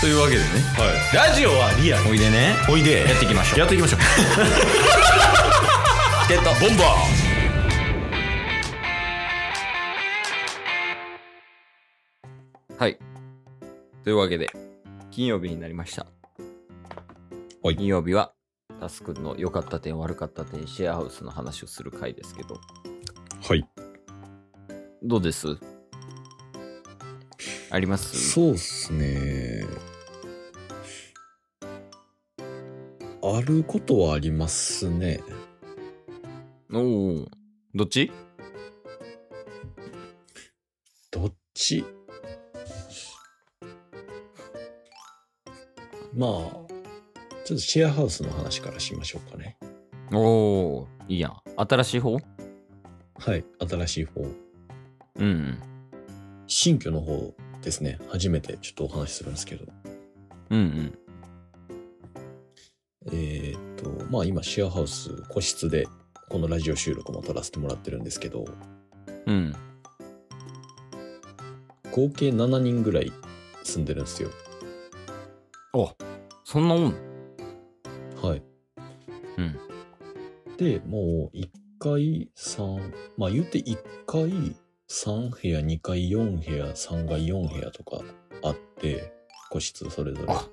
というわけでねラジオはリアルおいでねおいでやっていきましょうやっていきましょうチケットボンバーはいというわけで金曜日になりましたはい金曜日はタスくんの良かった点悪かった点シェアハウスの話をする回ですけどはいどうですありますそうっすねあることはありますねおおどっちどっちまあちょっとシェアハウスの話からしましょうかねおおいいやん新しい方はい新しい方うんうん新居の方ですね初めてちょっとお話しするんですけどうんうんえーっとまあ今シェアハウス個室でこのラジオ収録も撮らせてもらってるんですけどうん合計7人ぐらい住んでるんですよあそんなもんはいうんでもう1階3まあ言うて1階3部屋2階4部屋3階4部屋とかあって個室それぞれあ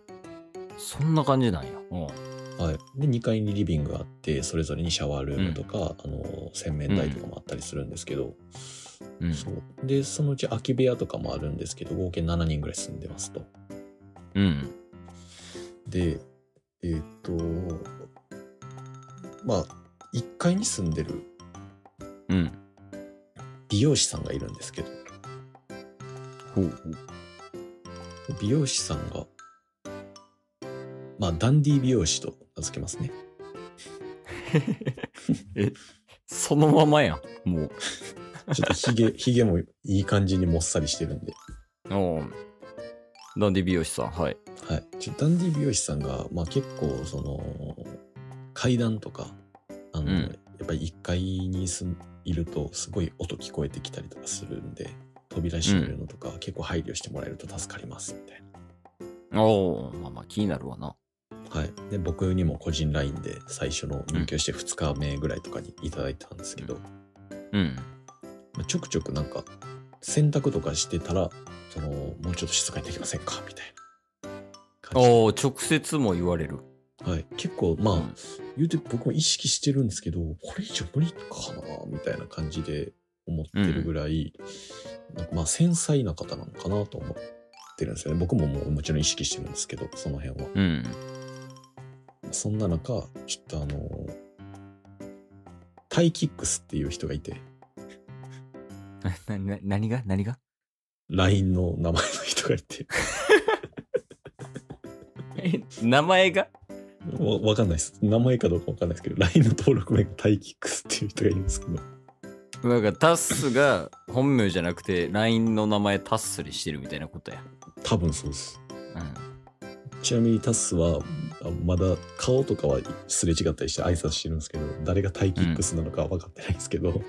そんな感じなんや。うん。はい、で2階にリビングがあってそれぞれにシャワールームとか、あの洗面台とかもあったりするんですけど、うん。そうでそのうち空き部屋とかもあるんですけど合計7人ぐらい住んでますとうん。でえーっとまあ1階に住んでるうん。美容師さんがいるんですけどほうほう。美容師さんがまあダンディ美容師と名付けますねそのままやん。もちょっとひげひげもいい感じにもっさりしてるんでう。おうん。ダンディ美容師さん、はい。はい、ちょダンディ美容師さんが、まあ、結構その階段とかあの、うんやっぱり1階に住んいるとすごい音聞こえてきたりとかするんで扉閉めるのとか、結構配慮してもらえると助かりますみたいおお。まあまあ気になるわな。な、はい、で僕にも個人 LINE で最初の入居して2日目ぐらいとかにいただいたんですけど、うん。まあちょくちょくなんか洗濯とかしてたらそのもうちょっと静かにできませんかみたいな感じでおお、直接も言われる。はい、結構まあ、うん言うて僕も意識してるんですけど、これ以上無理かなみたいな感じで思ってるぐらい、なんかまあ繊細な方なのかなと思ってるんですよね。僕ももうもちろん意識してるんですけど、その辺は。うん。そんな中、ちょっとあのータイキックスっていう人がいて、な、な、何が何が LINE の名前の人がいて、え、名前がわわかんないです。名前かどうかわかんないですけど、LINE の登録名がタイキックスっていう人がいるんですけど、なんかタッスが本名じゃなくて LINE の名前タッスにしてるみたいなことや。多分そうです。うん。ちなみにタスはあまだ顔とかはすれ違ったりして挨拶してるんですけど誰がタイキックスなのかは分かってないんですけど、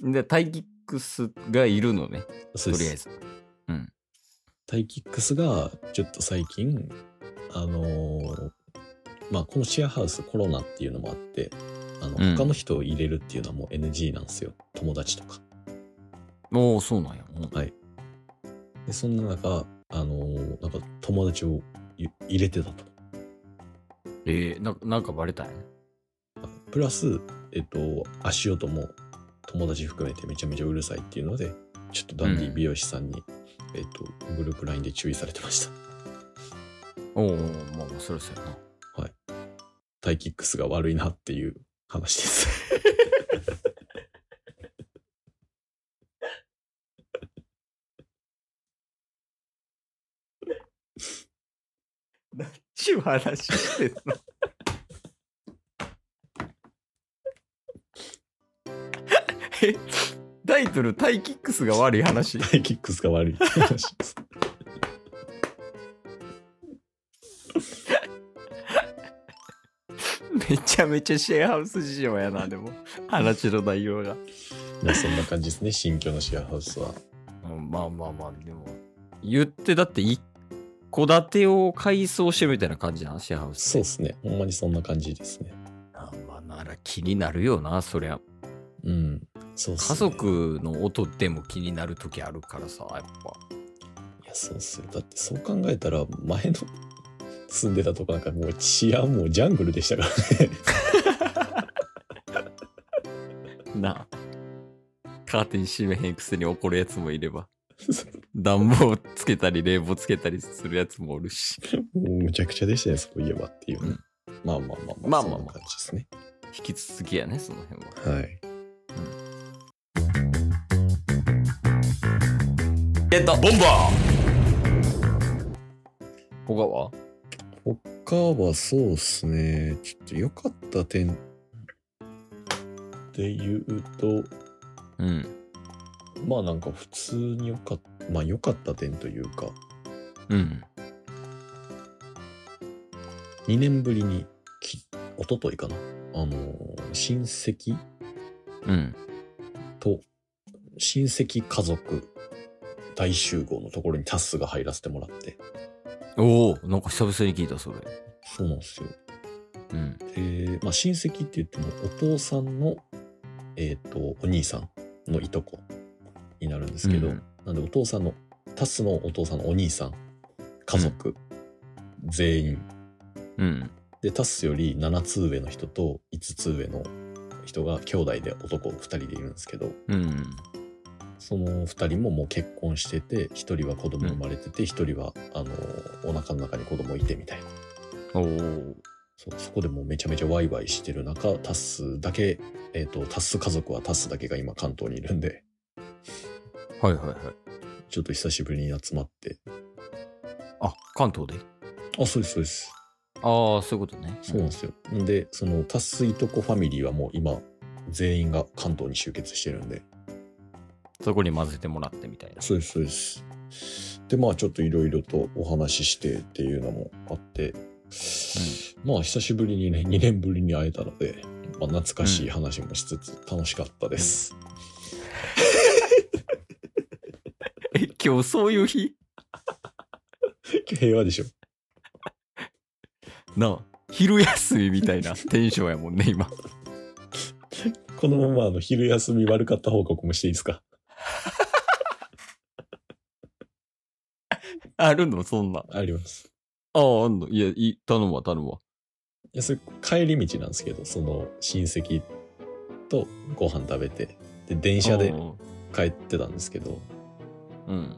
で、タイキックスがいるのね。そとうりであえすず。タイキックスがちょっと最近あのーまあこのシェアハウスコロナっていうのもあってあのうん他の人を入れるっていうのはもう NG なんですよ、友達とかおお、そうなんや。うんでそんな中あのーなんか友達を入入れてたとえー、ななんかバレたんやプラス、えっと、足音も友達含めてめちゃめちゃうるさいっていうので、ちょっとダンディ美容師さんに、えっと、グループ LINE で注意されてました。 おうおうまあまあそろそろなタイキックスが悪いなっていう話です。 何ちゅう話してんのえタイトル「タイキックスが悪い話タイキックスが悪いって話 です。めちゃめちゃシェアハウス事情やなでも話の内容が、まあそんな感じですね、新居のシェアハウスは。まあまあまあでも言ってだって1戸建てを改装してるみたいな感じなシェアハウスそうですね。ほんまにそんな感じですね。あまあなら気になるよなそりゃうん。そうっすね家族の音でも気になる時あるからさやっぱいや、そうっすよ。だってそう考えたら、前の住んでたとこなんかもう治安もジャングルでしたからね。なカーテン閉めへんくせに怒るやつもいれ ば暖房つけたり冷房つけたりするやつもおるしもうむちゃくちゃでしたね、そういえばっていうね。うんまあまあまあままああ、まあまあそんな感じですね。引き続きやねその辺ははい。ゲットボンバー他は他はそうっすね。ちょっと良かった点で言うと、うんまあなんか普通に良かった、まあ良かった点というか、うん2年ぶりにき、一昨日かな。あのー、親戚うんと親戚家族大集合のところにタスが入らせてもらっておおなんか久々に聞いたそれそうなんですようんで、まあ、親戚って言ってもお父さんのえっ、とお兄さんのいとこになるんですけど、うんなんでお父さんのタスのお父さんのお兄さん家族、全員うんでタスより7つ上の人と5つ上の人が兄弟で男2人でいるんですけど、うんその2人ももう結婚してて1人は子供生まれてて1人はあのお腹の中に子供いてみたいおなおそうそこでもうめちゃめちゃワイワイしてる中タッスだけ、えっとタッス家族はタッスだけが今関東にいるんで はいはいはいちょっと久しぶりに集まってあ関東であそうですそうですああそういうことねそうなんですよ、ん、でそのタッスいとこファミリーはもう今全員が関東に集結してるんでそこに混ぜてもらってみたいなそうですそうですでまあちょっといろいろとお話ししてっていうのもあって、まあ久しぶりにね2年ぶりに会えたので、まあ、懐かしい話もしつつ楽しかったです、 え今日そういう日 平和でしょなあ昼休みみたい なテンションやもんね今このままあの昼休み悪かった報告もしていいですかあるのそんなありますあああんのいやい頼むわ頼むわいやそれ帰り道なんですけどその親戚とご飯食べてで電車でうん帰ってたんですけどうん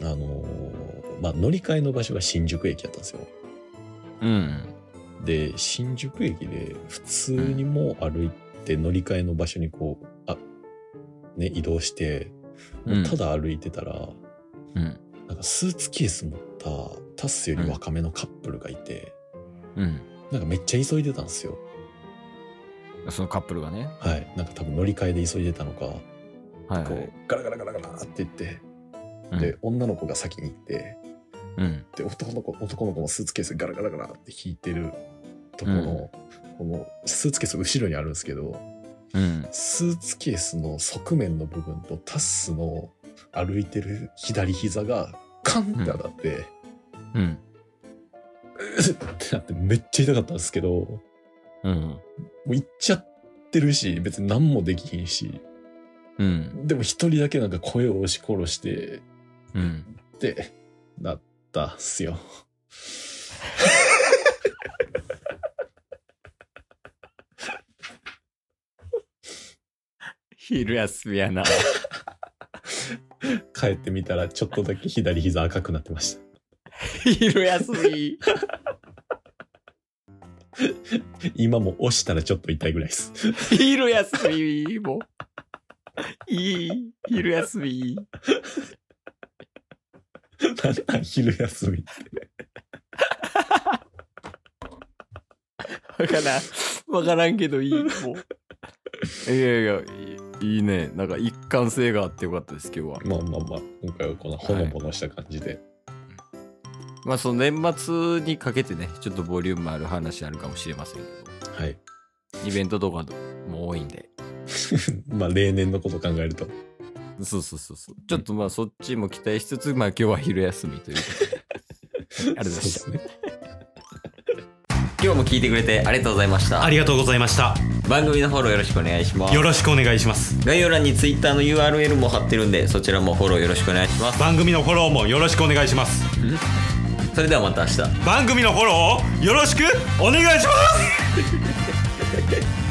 あのーまあ乗り換えの場所が新宿駅だったんですようんで新宿駅で普通にもう歩いて乗り換えの場所にこうあね移動して、うんただ歩いてたらうんなんかスーツケース持ったタッスより若めのカップルがいて、うんなんかめっちゃ急いでたんですよそのカップルがねはいなんか多分乗り換えで急いでたのか、はいはこいうガラガラガラガラって言って、うんで女の子が先に行ってうんで男の子男の子もスーツケースガラガラガラって引いてるとこの、このスーツケース後ろにあるんですけどうんスーツケースの側面の部分とタッスの歩いてる左膝がカンって当たって、うんってなってめっちゃ痛かったんですけど、もうんう行っちゃってるし、別に何もできひんし、うんでも一人だけなんか声を押し殺して、うんってなったっすよ。 昼休みやな 帰ってみたらちょっとだけ左膝赤くなってました。昼休み今も押したらちょっと痛いぐらいです。 昼休みもいい昼休みなんなん昼休み。わからんわからんけどいいもういやいやいいいいねなんか一貫性があってよかったです今日はまあまあまあ、今回はこのほのぼのした感じで。まあその年末にかけてねちょっとボリュームある話あるかもしれませんけはい どイベントとかも多いんでまあ例年のこと考えると。そうそうそうそうちょっとまあそっちも期待しつつまあ今日は昼休みということでりがとうございましたそうですね今日も聞いてくれてありがとうございましたありがとうございました番組のフォローよろしくお願いしますよろしくお願いします概要欄に Twitter の URL も貼ってるんでそちらもフォローよろしくお願いします番組のフォローもよろしくお願いしますそれではまた明日番組のフォローをよろしくお願いします